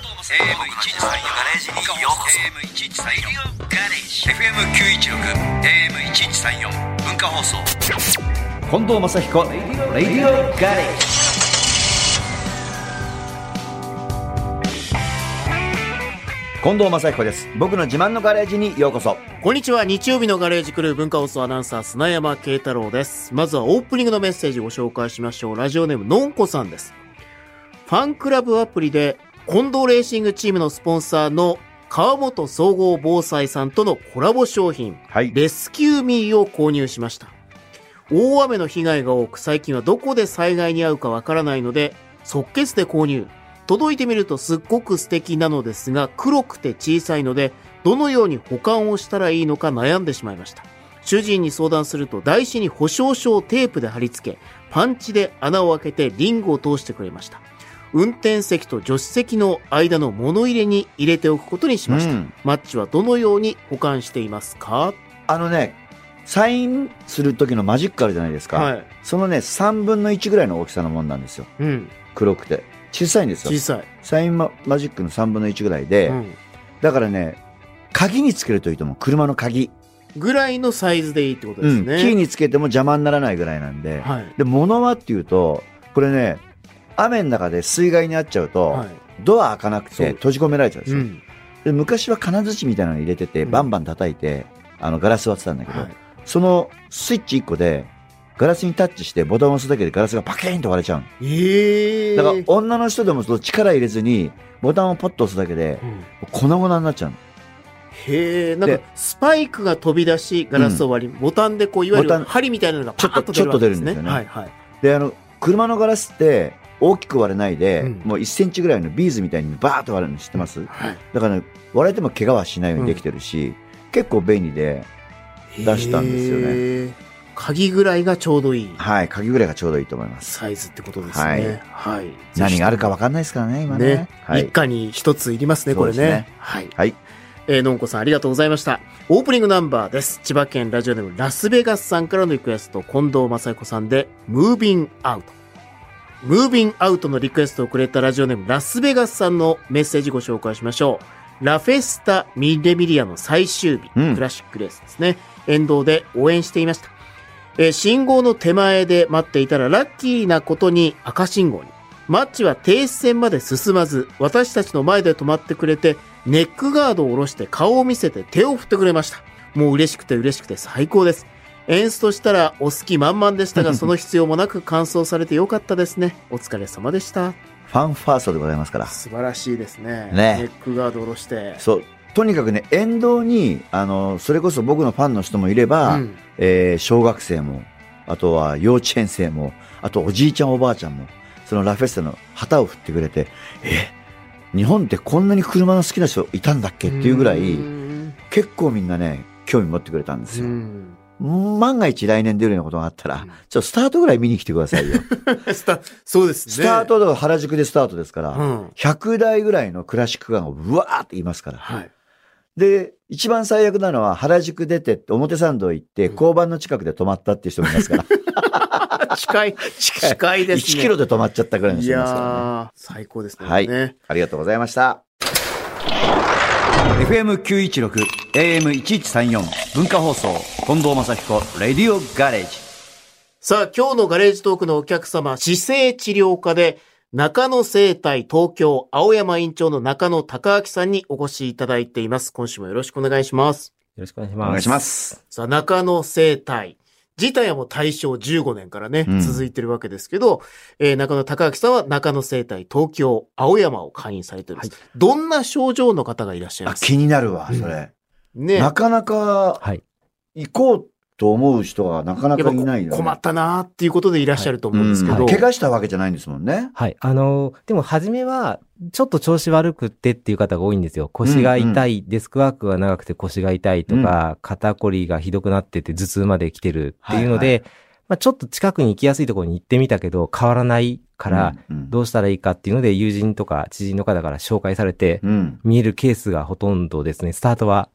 AM113 ガレージにようこそ AM113 ガレージ FM916 AM1134 文化放送近藤正彦レディオガレージ近藤正彦です僕の自慢のガレージにようこそこんにちは。日曜日のガレージクルー文化放送アナウンサー、砂山慶太郎です。まずはオープニングのメッセージをご紹介しましょう。ラジオネーム、のんこさんです。ファンクラブアプリで、近藤レーシングチームのスポンサーの川本総合防災さんとのコラボ商品、はいレスキューミーを購入しました。大雨の被害が多く、最近はどこで災害に遭うかわからないので、即決で購入。届いてみるとすっごく素敵なのですが、黒くて小さいので、どのように保管をしたらいいのか悩んでしまいました。主人に相談すると、台紙に保証書をテープで貼り付け、パンチで穴を開けてリングを通してくれました。運転席と助手席の間の物入れに入れておくことにしました。うんマッチはどのように保管していますかあのねサインする時のマジックあるじゃないですか、はい。そのね3分の1ぐらいの大きさのもんなんですようん。黒くて小さいんです小よさい。サインママジックの3分の1ぐらいで、うんだからね鍵につけるといいと思う車の鍵、ぐらいのサイズでいいってことでうすん、キね。ーにつけても邪魔にならないぐらいなんで、はい。で物はっていうとこれね雨の中で水害に遭っちゃうと、はい。ドア開かなくてそう閉じ込められちゃうんですうよ、ん。で昔は金槌みたいなの入れててうんバンバン叩いて、あのガラス割ってたんだけど、はい。そのスイッチ1個でガラスにタッチしてボタンを押すだけでガラスがパキーンと割れちゃうのええー。だから女の人でもその力入れずにボタンをポッと押すだけでうん粉々になっちゃうのへえ、なんかでスパイクが飛び出し、ガラスを割り、ボタンでこう、いわゆボタンる針みたいなのがパーッとち出ょっるとわけですちょね。っと出るはんいはい。であの車のガラスって大きく割れないで、うんもう1センチぐらいのビーズみたいにバーッと割れるの知ってますはいだから、ね、割れても怪我はしないようにできてるし、結構便利で、出したんですよねね。鍵ぐらいがちょうどいいはい、鍵ぐらいがちょうどいいと思います。サイズってことですね。はい。何があるか分かかんないですからね、今ね。ね。は一い。家に一ついりますね、これそうですね。はい。はい。えー、のんこさんありがとうございました。オープニングナンバーです。千葉県ラジオネームラスベガスさんからのリクエスト、近藤正彦さんで、ムービンアウト。ムービンアウトのリクエストをくれたラジオネームラスベガスさんのメッセージご紹介しましょう。ラフェスタ・ミレミリアの最終日、うんクラシックレースですね。沿道で応援していました。えー信号の手前で待っていたらラッキーなことに赤信号に。マッチは停止線まで進まず、私たちの前で止まってくれて、ネックガードを下ろして顔を見せて手を振ってくれました。もう嬉しくて嬉しくて最高です。演出としたらお好き満々でしたが、その必要もなく完走されてよかったですね。お疲れ様でした。ファンファーストでございますから。素晴らしいですね。ねネックガードを下ろして。そう。とにかくね、沿道に、あの、それこそ僕のファンの人もいれば、うんえー小学生も、あとは幼稚園生も、あとおじいちゃんおばあちゃんも、そのラフェスタの旗を振ってくれて、え、日本ってこんなに車の好きな人いたんだっけっていうぐらい、うん結構みんなね、興味持ってくれたんですよ。万が一来年出るようなことがあったら、うんちょっとスタートぐらい見に来てくださ いよ。スタそうですね。スタートが原宿でスタートですから、うん。 100台ぐらいのクラシックガンをうわーって言いますから。はい。で、一番最悪なのは原宿出てって表参道行って、うん交番の近くで止まったっていう人もいますから、近い。近い近いですね。 1キロで止まっちゃったぐらいのい人いますからね。やー、最高ですね。はいねありがとうございました。FM916 AM1134 文化放送近藤正彦レディオガレージさあ、今日のガレージトークのお客様、姿勢治療科で、中野生態東京青山院長の中野隆明さんにお越しいただいています。今週もよろしくお願いします。よろしくお願いしおます。願いしま。す。さあ、中野生態。自体はもう大正15年からね、うん続いてるわけですけど、えー中野隆明さんは中野生態東京青山を会員されてるんです。どんな症状の方がいらっしゃいあ、ますか気になるわ、それ。ね。なかなかはい。行こうと思う人がなかなかいないやっよね。ぱ困ったなーっていうことでいらっしゃると思うんですけど。うん怪我したわけじゃないんですもんね。はい。あのー、でも初めは、ちょっと調子悪くってっていう方が多いんですよ。腰が痛い、デスクワークが長くて腰が痛いとか、肩こりがひどくなってて頭痛まで来てるっていうので、はまあ、ちょっと近くに行きやすいところに行ってみたけど、変わらないから、うん、どうしたらいいかっていうので、友人とか知人の方から紹介されて、うん。見えるケースがほとんどですね、スタートは。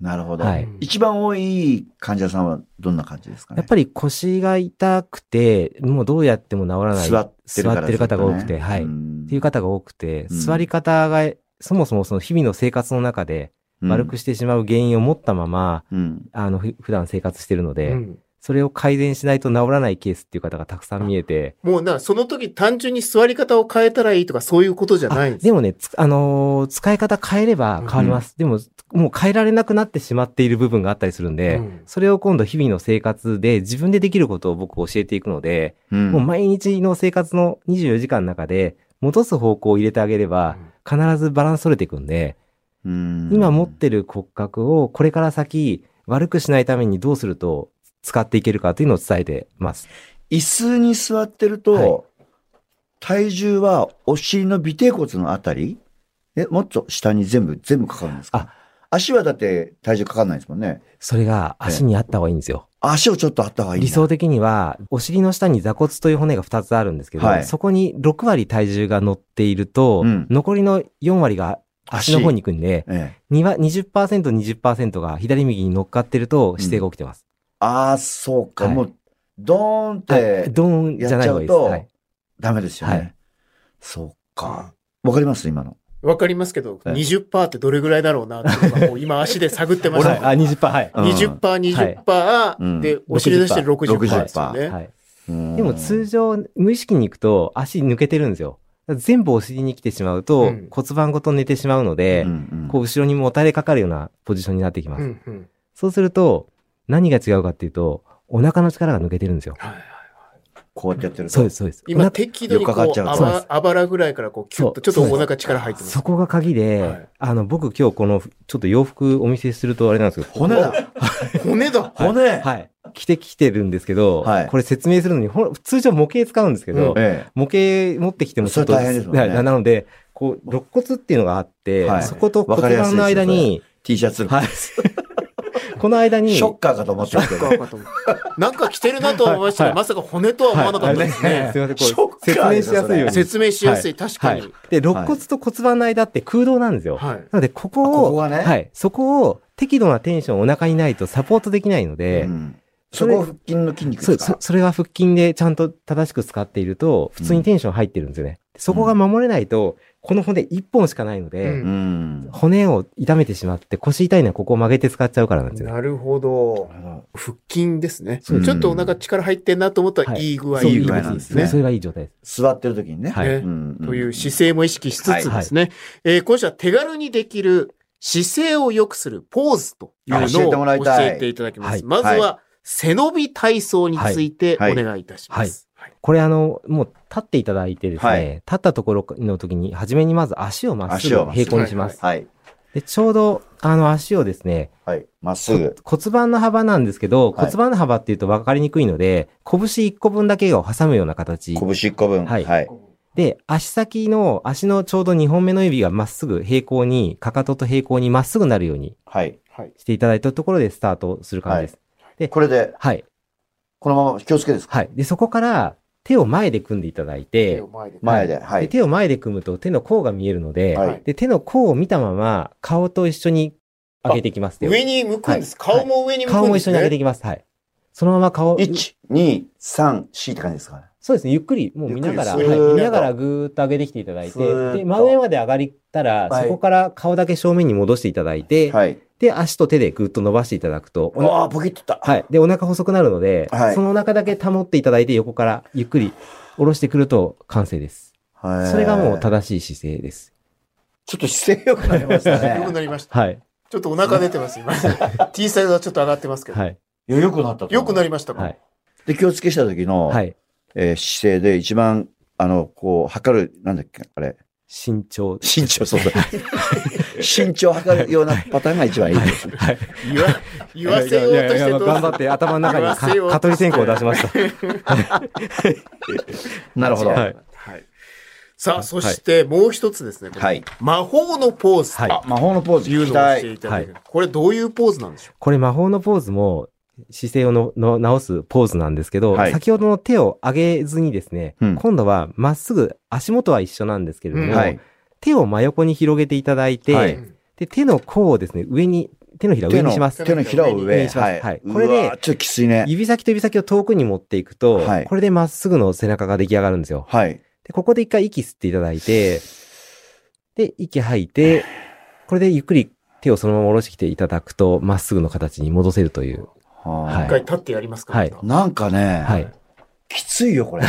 なるほど、はい一番多い患者さんはどんな感じですかねやっぱり腰が痛くて、もうどうやっても治らない。座ってるから座ってる方が多くずっとねて、はい。うんっていう方が多くて、うん座り方がそもそもその日々の生活の中で丸くししてしまう原因を持ったまま、うん。あの、ふ普段生活してるので、うんそれを改善しないと治らないケースっていう方がたくさん見えて、もうな、その時単純に座り方を変えたらいいとかそういうことじゃないんですでもね、つあのー使い方変えれば変わります。でも、もう変えられなくなってしまっている部分があったりするんで、うんそれを今度日々の生活で自分でできることを僕教えていくので、うん。もう毎日の生活の24時間の中で戻す方向を入れてあげれば、必ずバランス取れていくんで、うん今持っ、てる骨格をこれから先悪くしないためにどうすると使っていけるかというのを伝えてます。椅子に座ってると、はい体重はお尻の尾低骨のあたりえ、もっと下に全部、全部かかるんですか足はだって体重かかんないですもんね。それが足にあった方がいいんですよ。足をちょっとあった方がいいんだ理想的には、お尻の下に座骨という骨が2つあるんですけど、はいそこに6割体重が乗っていると、うん残りの4割が足の方に行くんで、ええ、にわ20%、20%が左右に乗っかってると姿勢が起きてます。ああ、そうか、はいもう、ドーンっはいて、ドーンじゃない方がいいです。やっちゃうとはいダメですよね。はいそうか。わかります今の。わかりますけど、ええ20%ってどれぐらいだろうなっていうのがもう今足で探ってまし はたい、あ、20%、はい。うん20%、20%で、お尻出してる60%ですよね。はいででも通常、無意識に行くと足抜けてるんですよ。全部お尻に来てしまうと、うん骨盤ごと寝てしまうので、こう後ろにもたれかかるようなポジションになってきます。うんうんそうすると、何が違うかっていうと、お腹の力が抜けてるんですよ。こうやってやってると。そうです、そうです。お今、腹適度にこよっかかっうちゃうあそうでば、あばらぐらいからこう、キュッと、ちそょうっとお腹力入ってますそ。こが鍵で、はいあの、僕今日この、ちょっと洋服お見せするとあれなんですけど、骨だ。骨だ骨、はい。着てきてるんですけど、はいこれ説明するのに、ほら通常模型使うんですけど、うんえ模型持ってきてもちょっと、それ大変ですもんねはいななので、こう、肋骨っていうのがあって、はいそことわかり骨やすいです盤の間にね、え、T シャツ。はい。この間に、ショッカーかと思ってたけそどっ。かと思うなんか着てるなとは思いましたが、はいまさか骨とは思わなかったですはいねす。いません、ショこう、ッ説カー明ですしやすいように。説明しやすい、確かはいに。。で、肋骨と骨盤の間って空洞なんですよ。はい。なので、こここを、こがねはい。そこを適度なテンションをお腹にないとサポートできないので、うんそこ腹筋の筋肉そでうすそか。それが腹筋でちゃんと正しく使っていると、普通にテンション入ってるんですよね。でそこが守れないと、この骨1本しかないので、うんうん。骨を痛めてしまって腰痛いのはここを曲げて使っちゃうからなんですよね。なるほど。腹筋ですね。ちそうょですっとお腹力入ってんなと思ったら、はいいい具合そにういい具合なんですねそれがいい状態です。座ってる時にね。はいんという姿勢も意識しつつですね、えー今週は手軽にできる姿勢を良くするポーズというあ教えてのもをらい教たいえていただきます。はいまずは背伸び体操についておはい願いいたします。はいこれあの、もう立っていただいてですね、はい立ったところの時に、初めにまず足をまっす足ぐをまっすぐ平行にします。はい。で、ちょうどあの足をですね、はい。まっすぐ。骨盤の幅なんですけど、はい骨盤の幅っていうと分かりにくいので、拳1個分だけを挟むような形拳1個分。はいはい。で、足先の足のちょうど2本目の指がまっすぐ平行に、かかとと平行にまっすぐなるようにはい。していただいたところでスタートする感じです。これで、はい。このまま気をつけですかはい。で、そこから手を前で組んでいただいて、手を前で前で。はでい。手を前で組むと手の甲が見えるので、はいで手の甲を見たまま顔と一緒に上げていきます。手を上に向くんです、顔も上に向く顔んもで一す、緒にね上げていきます。はい。そのまま顔、 1、2、3、4って感じですかね。そうですね、ゆっくり、もう見ながら、ゆっはいくりスーッと見ながらぐーっと上げてきていただいスーッとて、で、真上まで上がったら、はいそこから顔だけ正面に戻していただいて、はい。で、足と手でぐーっと伸ばしていただくと、おなああ、ポキッといった。はい。で、お腹細くなるので、はいそのお腹だけ保っていただいて、横からゆっくり下ろしてくると完成です。はそれがもう正しい姿勢です。ちょっと姿勢良くなりました良くね。なりました。はい。ちょっとお腹出てます、今。T サイズはちょっと上がってますけど。はい。いや良くなったと思う。良くなりましたか、はい。で、気をつけした時の、はい。えー姿勢で一番、あの、こう、測る、なんだっけ、あれ、身長。身長、そうそう。身長測るようなパターンが一番いいです。はい。言わ言わせようとしいやていやいやどう頑張って頭の中言わにせようか、と蚊取り線香を出しました。 なるほど。ははいい。はい。さあ、そしてもう一つですね。これはい。魔法のポーズはいあ、魔法のポーとズいう聞きのを教たえてい。いただける。これどういうポーズなんでしょこれ魔法のポーズも、姿勢をのの直すポーズなんですけど、はい先ほどの手を上げずにですね、うん今度はまっすぐ足元は一緒なんですけれども、うんはい。手を真横に広げていただいて、はういで手の甲をですね、上に、手のひらを上手にしまの、す。手のひらを上上。にしますはい。はいうわこれでちょっときついね。指先と指先を遠くに持っていくと、はいこれでまっすぐの背中が出来上がるんですよ。はい。で、ここで一回息吸っていただいて、で、息吐い て、これでゆっくり手をそのまま下ろしてきていただくと、まっすぐの形に戻せるという。はは一い回立ってやりますかはいい。なんかね、はい。きついよ、これ。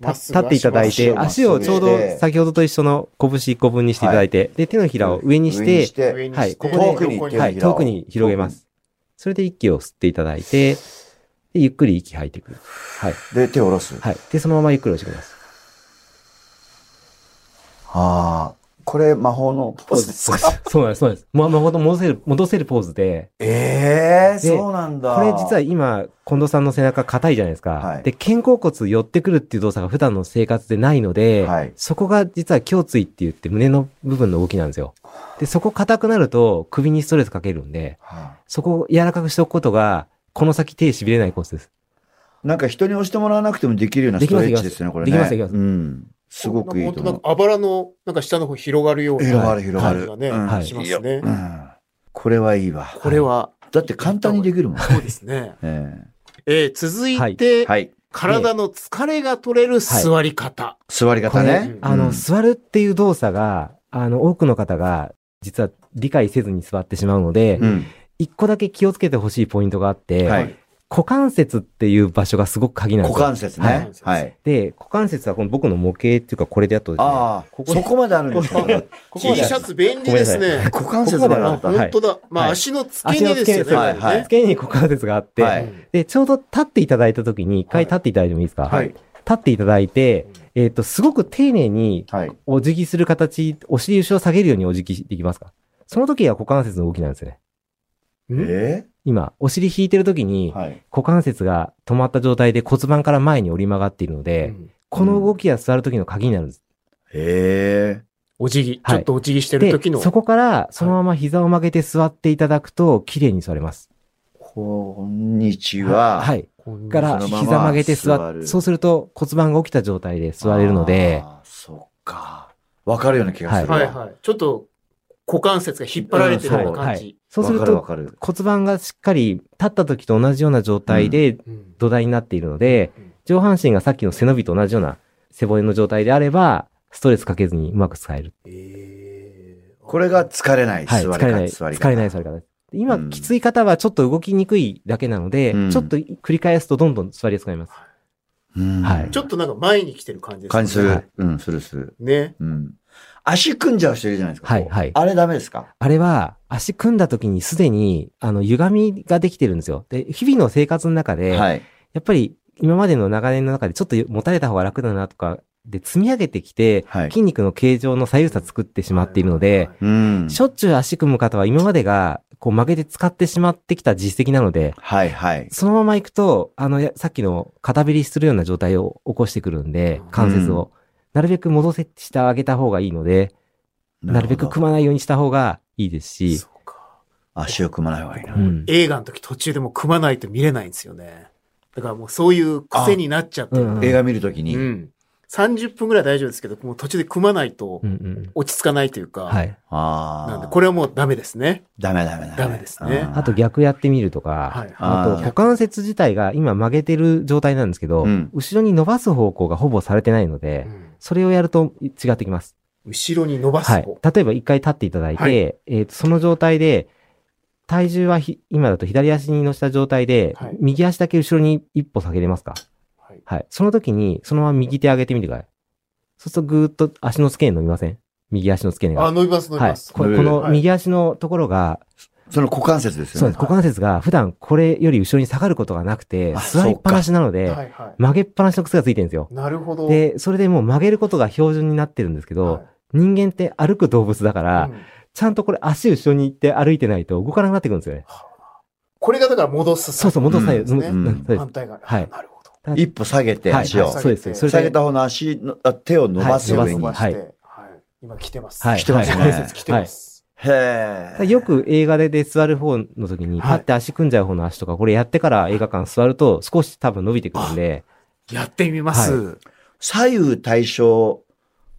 た立っていただいて、まっす足ぐをちょうど先ほどと一緒の拳1個分にしていただいて、で、手のひらを上にし上にてし、てはいここで遠くに行ってはい、手のひらを遠くに広げます。それで息を吸っていただいて、で、ゆっくり息吐いてくる。はい。で、手を下ろす。はい。で、そのままゆっくり押してきます。ああ、これ魔法のポーズですかそうなんです、そうなんです。ま、まこと戻せる、戻せるポーズで、ええでそうなんだ。これ実は今、近藤さんの背中硬いじゃないですか。はいで、肩甲骨寄ってくるっていう動作が普段の生活でないので、はいそこが実は胸椎って言って胸の部分の動きなんですよ。で、そこ硬くなると首にストレスかけるんで、はそこを柔らかくしておくことが、この先手痺れないコースです。い。なんか人に押してもらわなくてもできるようなストレッチですよね、これね。できますできますうん。すごくいいと思なんうか。あばらの、なんか下の方広がるような。広がる広がる感じがね、はいしますね。うん。これはいいわ。これは、だって簡単にできるもん。そうですね。ええー続はいいえて、はい。体の疲れが取れる座り方。座り方ね。あうの、ん座るっていう動作が、あの、多くの方が、実は理解せずに座ってしまうので、うん。一個だけ気をつけてほしいポイントがあって、はい。股関節っていう場所がすごく鍵なんで股すよ。関節ね。ははいい。で、股関節はこの僕の模型っていうかこれであとですね、ああ、ここそこまであるんですかここまでこ T までシャツ便利ですね。股関節まであった。ここまでははいうい本当だ。まあ、はい足の付け足の根で付すよけ根ね。はいこれね付け根に股関節があって、はういんで、ちょうど立っていただいた時に一回立っていただいてもいいですか、はい。立っていただいて、えっ、と、すごく丁寧にはい。お辞儀する形、お尻後ろ下げるようにお辞儀できますかその時は股関節の動きなんですよね。え今、お尻引いてる時にえ、はい。股関節が止まった状態で骨盤から前に折り曲がっているので、うんこの動きが座る時の鍵になるんです。ええお辞儀、ちはいょっとお辞儀してるで時の。、そこからそのまま膝を曲げて座っていただくと、綺麗に座れます。こんにちは。。はいい。から、そのまま膝曲げて座座っるそうすると骨盤が起きた状態で座れるので、あー。そっか。わかるような気がするわ。はいはい。ちょっと、股関節が引っ張られてるような感じ。そうするわかるわとかる。骨盤がしっかり立った時と同じような状態でうん土台になっているので、うん上半身がさっきの背伸びと同じような背骨の状態であれば、ストレスかけずにうまく使える。えーこれが疲れない座はい、り疲方。れない、座り疲方れない座り方です。今、うんきつい方はちょっと動きにくいだけなので、うんちょっと繰り返すとどんどん座りやすくなります。うんはいちょっとなんか前に来てる感じですね感じすはいる。うん、するする。ね。うん。足組んじゃう人いるじゃないですか。はいこうはいあれダメですかあれは、足組んだ時にすでに、あの、歪みができてるんですよ。で、日々の生活の中で、はい。やっぱり今までの長年の中でちょっと持たれた方が楽だなとか、で、積み上げてきて、はい筋肉の形状の左右差作ってしまっているので、うん。しょっちゅう足組む方は今までが、こう曲げて使ってしまってきた実績なので、はいはい。そのまま行くと、あの、やさっきの片びりするような状態を起こしてくるんで、関節を。なるべく戻せしてあげた方がいいので、なるべくほど組まないようにした方がいいですし、そうか。足を組まない方がいいな。うん映画の時途中でもう組まないと見れないんですよね。だからもうそういう癖になっちゃってるあうん映画見るときうに。ん。30分ぐらい大丈夫ですけど、もう途中で組まないとうんうん。落ち着かないというか、はい。あなんであ。これはもうダメですね。ダメダメダメ。ダメですねうんあと。逆やってみるとか、はい。あとあー股関節自体が今曲げてる状態なんですけど、うん後ろに伸ばす方向がほぼされてないので、うんそれをやると違ってきます。後ろに伸ばすはい方。。例えば一回立っていただいて、はいえーとその状態で、体重はひ今だと左足に乗せた状態で、はい右足だけ後ろに一歩下げれますかはいはい。その時に、そのまま右手上げてみてください。そうするとぐーっと足の付け根伸びません右足の付け根あ、が。伸びます、伸びはいま。す。ここ伸びるのはい右足のところが、その股関節ですそようなんねです。。股関節が普段これより後ろに下がることがなくてあ、座りっぱなしなので、はいは曲げっぱなしの癖がついてるんですよい。。なるほど。で、それでもう曲げることが標準になってるんですけど、はい人間って歩く動物だから、うんちゃんとこれ足後ろに行って歩いてないと動かなくなってくるんですよね。これがだから戻す。そうそう、戻さないよ。うんですねうんうんそうです反対側。はいなるほど。一歩下げてはい、足をはい。そうです。それ下げで、た方の足の、あ手を伸ばすは上いに伸ば。すはいは。今来てます。はい来てます。はい関節来てます。へえ。よく映画でで座る方の時に、はいパって足組んじゃう方の足とか、これやってから映画館座ると少し多分伸びてくるんで、やってみます。左右対称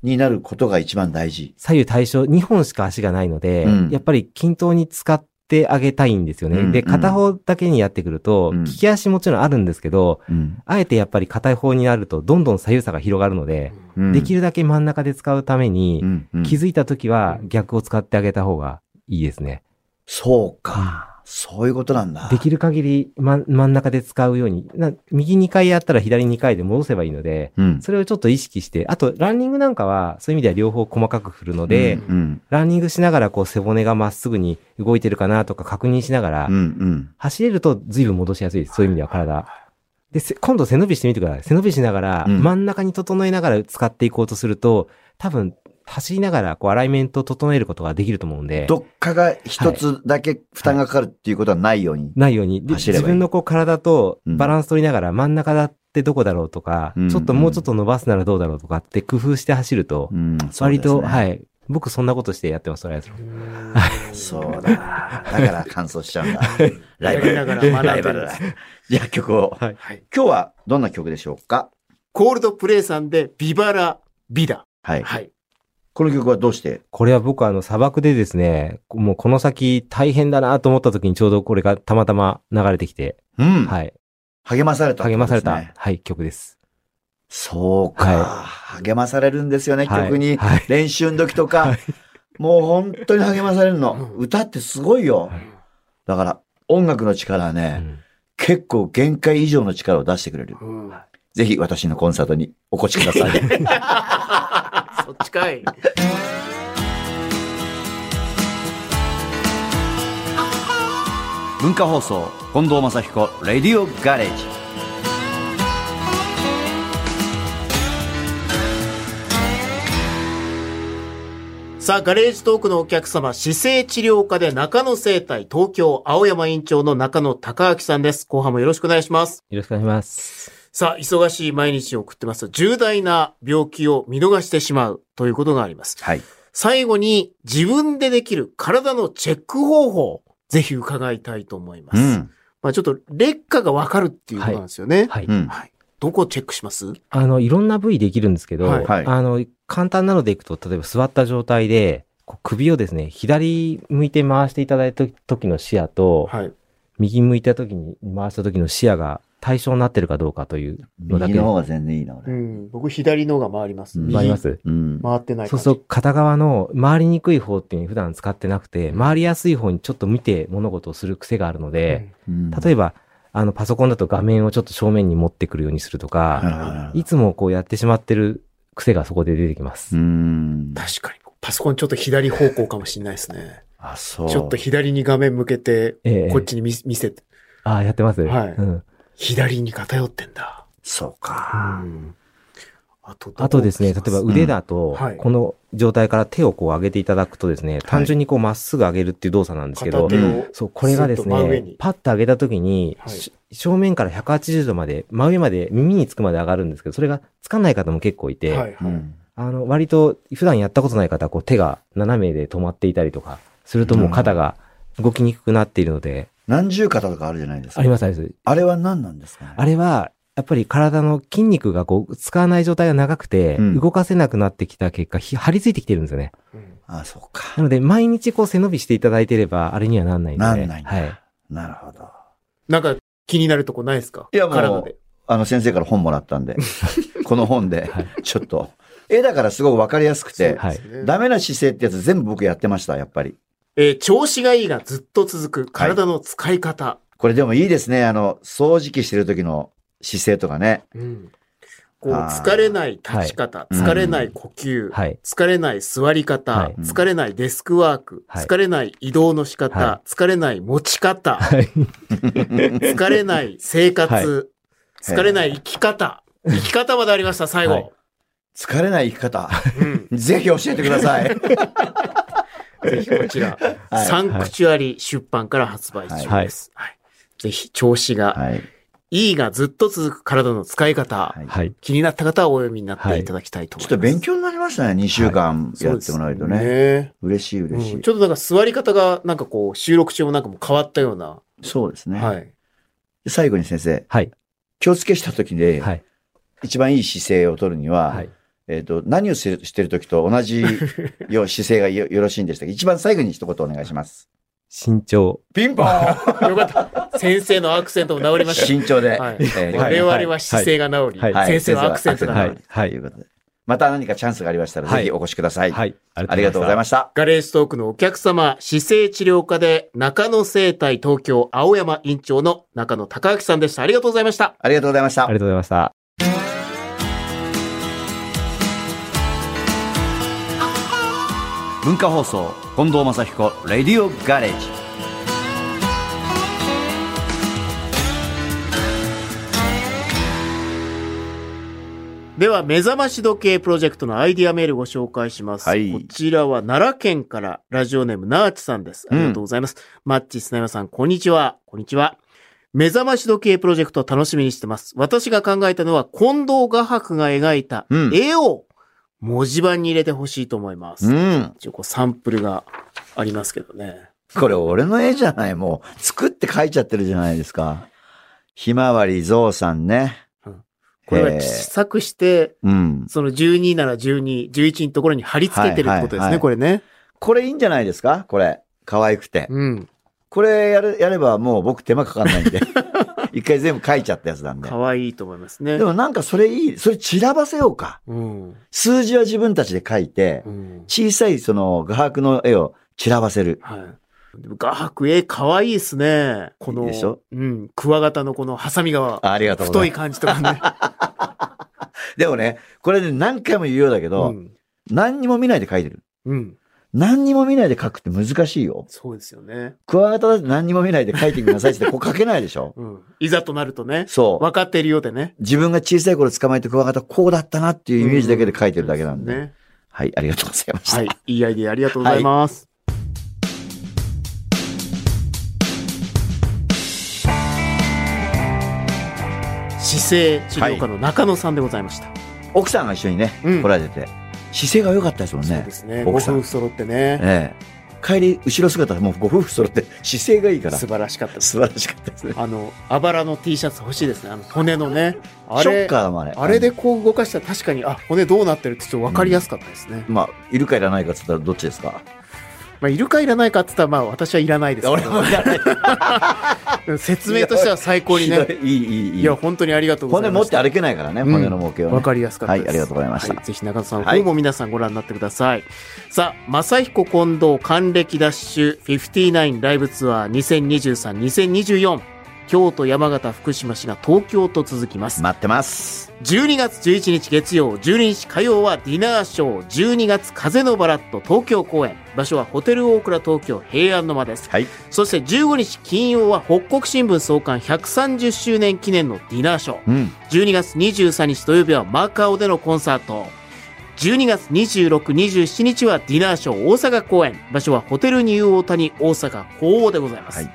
になることが一番大事。左右対称2本しか足がないので、うんやっぱり均等に使って、ってあげたいんですよね。うんうで、ん片方だけにやってくると、うん利き足もちろんあるんですけど、うんあえてやっぱり片方になると、どんどん左右差が広がるので、うんできるだけ真ん中で使うために、うんうん気づいた時は逆を使ってあげた方がいいですね。そうか。そういうことなんだ。できる限り、ま、真ん中で使うように、な右2回やったら左2回で戻せばいいので、うん。それをちょっと意識して、あと、ランニングなんかは、そういう意味では両方細かく振るので、うんうん。ランニングしながら、こう、背骨がまっすぐに動いてるかなとか確認しながら、うんうん。走れると随分戻しやすいです。そういう意味では体。で、せ今度背伸びしてみてください。背伸びしながら、うん真ん中に整えながら使っていこうとすると、多分、走りながら、こう、アライメントを整えることができると思うんで、どっかが一つだけ負担がかかるっていうことはないように。ないように。で走ればいい自分のこう、体とうんバランス取りながら、真ん中だってどこだろうとか、うんちょっともうちょっと伸ばすならどうだろうとかって工夫して走ると、うん。。割と、はいい。僕、そんなことしてやってます、とりあえず。そうだな。だから乾燥しちゃ うんだ。ライバル。やりながら学んでるライバルだ。じゃあ曲を。はいはい今日はどんな曲でしょうかコールドプレイさんで、ビバラ、ビダ。はい。はい。この曲はどうしてこれは僕あの砂漠でですね、もうこの先大変だなと思った時にちょうどこれがたまたま流れてきて、うん。はい。励まされた、励まされた、。はい、曲です。そうか、励まされるんですよね、はい曲に。はい。練習の時とか、はいもう本当に励まされるの。うん歌ってすごいよ。はいだから、音楽の力はうね、ん結構限界以上の力を出してくれる。うんぜひ私のコンサートにお越しください。そっちかい。 文化放送、近藤正彦、レディオガレージ。さあ、ガレージトークのお客様、姿勢治療科で中野生態東京青山院長の中野隆明さんです。後半もよろしくお願いします。よろしくお願いします。さあ、忙しい毎日を送ってます。重大な病気を見逃してしまうということがあります。はい。最後に自分でできる体のチェック方法、ぜひ伺いたいと思います。うん。まあちょっと劣化がわかるっていうことなんですよね。はい。うん。どこチェックしますあの、いろんな部位できるんですけど、はいはいあの、簡単なのでいくと、例えば座った状態で、こう首をですね、左向いて回していただいた時の視野と、はい。右向いた時に回した時の視野が対象になってるかどうかというのだ右けでの方が全然いいな、う俺。ん。僕、左のが回ります。うんわかりま右すうん。回ってない感そうじ。そう、片側の回りにくい方っていうのに普段使ってなくて、回りやすい方にちょっと見て物事をする癖があるので、うん例えば、あの、パソコンだと画面をちょっと正面に持ってくるようにするとはいか、はいはいいつもこうやってしまってる癖がそこで出てきまうす。ん。確かに。パソコンちょっと左方向かもしれないですね。あ、そう。ちょっと左に画面向けて、ええこっちに見見せて、ああ、やってます。はいうん。左に偏ってんだ。そうか。あと、あとですね、例えば腕だとはい、この状態から手をこう上げていただくとですね、単純にこうまっすぐ上げるっていう動作なんですけど、片手をうんそう、これがですスッと真上にね、パッと上げたときに、はいし正面から180度まで、真上まで耳につくまで上がるんですけど、それがつかない方も結構いて、はいはうい。ん。あの、割と普段やったことない方は、こう手が斜めで止まっていたりとか、するともう肩が動きにくくなっているので、何重肩とかあるじゃないですか。ありますあります。あれは何なんですかねあれは、やっぱり体の筋肉がこう、使わない状態が長くて、うん動かせなくなってきた結果、ひ張り付いてきてるんですよね。うんあ、そうかな。ので、毎日こう背伸びしていただいてれば、あれにはなんないので。なんないんだはい。なるほど。なんか気になるとこないですかいやもう体で。あの先生から本もらった んで、この本で、ちょっと。絵だからすごくわかりやすくて、はいそうですねダメな姿勢ってやつ全部僕やってました、やっぱり。えー調子がいいがずっと続く体の使い方。これでもいいですね。あの、掃除機してる時の姿勢とかね。うんこうあー疲れない立ち方、いうん疲れない呼吸、はい。疲れない座り方、はい疲れないデスクワーク、はい疲れない移動の仕方、は疲れない持ち方、はい。 疲れない生活、はい疲れない生き方、生き方までありました、最後。はい 疲れない生き方、うんぜひ教えてくださ い。ぜひこちら、はいサンクチュアリ出版から発売中です。はいぜひ調子がはい。いいがずっと続く体の使い方、はいはい。気になった方はお読みになっていただきたいとちょ思っいまと勉す。強になりましたね。2週間やってもらえるとね。そうですね嬉しい嬉しい、うんちょっとなんか座り方がなんかこう収録中もなんかもう変わったような。そうですね、はい。最後に先生、はい。気をつけした時で、はい。一番いい姿勢を取るには、はい。えっ、と、何をす るしてる時と同じよ姿勢がよよろしいんでしたっけ一番最後に一言お願いします。身長。ピンポンよかった。先生のアクセントも治りま し慎重で。た。はいえ。ー我々は姿勢が治り、はいはい先生のアクセントが治はるい。はいということで。また何かチャンスがありましたら、はぜいひお越しください。はい。ありがとうございましした。ガレージトークのお客様、姿勢治療科で中野生態東京青山院長の中野隆明さんでした。ありがとうございました。ありがとうございましたたあ。りがとうございました。文化放送、近藤正彦、レディオガレージ。では、目覚まし時計プロジェクトのアイディアメールご紹介します。はいこちらは奈良県からラジオネームナーチさんです。ありがとうございます。マッチ砂山さん、こんにちは。こんにちは。目覚まし時計プロジェクト楽しみにしてます。私が考えたのは、近藤画伯が描いたうん絵を文字盤に入れてほしいと思います。うん。一応こうサンプルがありますけどね。これ俺の絵じゃない。もう、作って描いちゃってるじゃないですか。ひまわりぞうさんね。うんこれはえー試作して、うん。その12なら12、11のところに貼り付けてるってことですはね、いはいはいこれね。これいいんじゃないですかこれ。可愛くて。うん。これやる、やればもう僕手間かかんないんで。一回全部描いちゃったやつなんで。可愛いと思いますね。でもなんかそれいい。それ散らばせようか。うん。数字は自分たちで書いてう、ん。小さいその画伯の絵を散らばせる。はい。でも画伯絵可愛いですね。こいの、いでしょうん。クワガタのこのハサミがありがとうござ太いいま感じとかね。す。でもね、これね、何回も言うようだけうど、ん。何にも見ないで書いてる。うん。何にも見ないで書くって難しいよ。そうですよね。クワガタだって何にも見ないで書いてみなさいって言って、こう書けないでし ょうん。いざとなるとね、そう。分かっているようでね。自分が小さい頃捕まえてクワガタこうだったなっていうイメージだけで書いてるだけなんで。ね。はい、ありがとうございました。はい。いいアイディアありがとうございます。姿勢治療科の中野さんでございました。奥さんが一緒にね、うん来られてて、姿勢が良かったですもんそうねで。すね。ご奥さん夫婦揃ってね。ええ帰り、後ろ姿、もうご夫婦揃って姿勢がいいから、素素晴らしかったです。晴らしかったですね。あの、あばらの T シャツ欲しいですね。あの、骨のね。あショッれ、カーだもんあれ。あれでこう動かしたら確かに、あ、骨どうなってるってちょっと分かりやすかったですね。まあ、いるかいらないかって言ったらどっちですかまあ、いるかいらないかって言ったら、まあ、私はいらないです けど。いらない。説明としては最高にね。いい、いい、いいいや、。本当にありがとうござ骨いま持っしたて。歩けないからね、うん骨の儲けはわね。かりやすかったではす。いありがとうございましたはぜひ中野さんのはい方も皆さんご覧になってください。さあ、正彦近藤還暦ダッシュ59ライブツアー2023、2024。京都、山形、福島市が東京と続きます。待ってます。 12月11日月曜、12日火曜はディナーショー、12月風のバラット東京公演。場所はホテルオークラ東京平安の間です。はい。そして15日金曜は北国新聞創刊130周年記念のディナーショー。うん。 12月23日土曜日はマカオでのコンサート。12月26、27日はディナーショー大阪公演。場所はホテルニューオータニ大阪鳳凰でございます。はい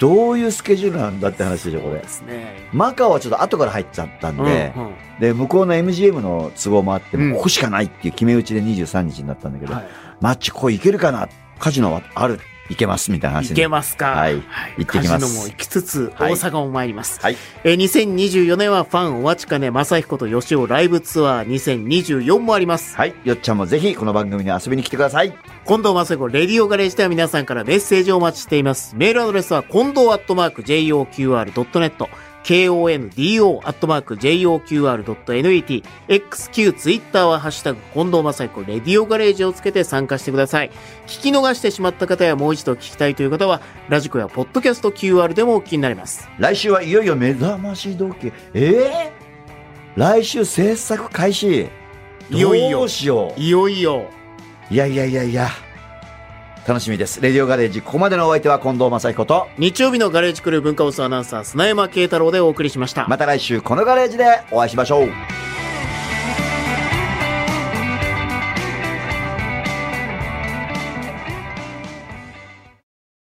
どういうスケジュールなんだって話でしょ、こそうれで。すね。マカオはちょっと後から入っちゃったんうんで、うんで、向こうの MGM の都合もあって、うんもうここしかないっていう決め打ちで23日になったんだけど、は、マッチここ行けるかなカジノはある行けますみたいない話行にけますか、はい行ってきますカジノも行きつつ、はい大阪も参ります。はいえー2024年はファンお待ちかね、正彦と吉尾ライブツアー2024もあります。はい。よっちゃんもぜひこの番組に遊びに来てください。近藤正彦、レディオガレージでは皆さんからメッセージをお待ちしています。メールアドレスは、近藤アットマーク JOQR.net、KONDO アットマーク JOQR.net、XQ、ツイッターはハッシュタグ、近藤正彦、レディオガレージをつけて参加してください。聞き逃してしまった方やもう一度聞きたいという方は、ラジコやポッドキャスト QR でもお聞きになります。来週はいよいよ目覚まし時計。ええ来週制作開始。いよいよどうしよう。いよいよ、いやいやいやいや。楽しみです。レディオガレージ、ここまでのお相手は近藤正彦と、日曜日のガレージクルー文化放送アナウンサー、砂山慶太郎でお送りしました。また来週このガレージでお会いしましょう。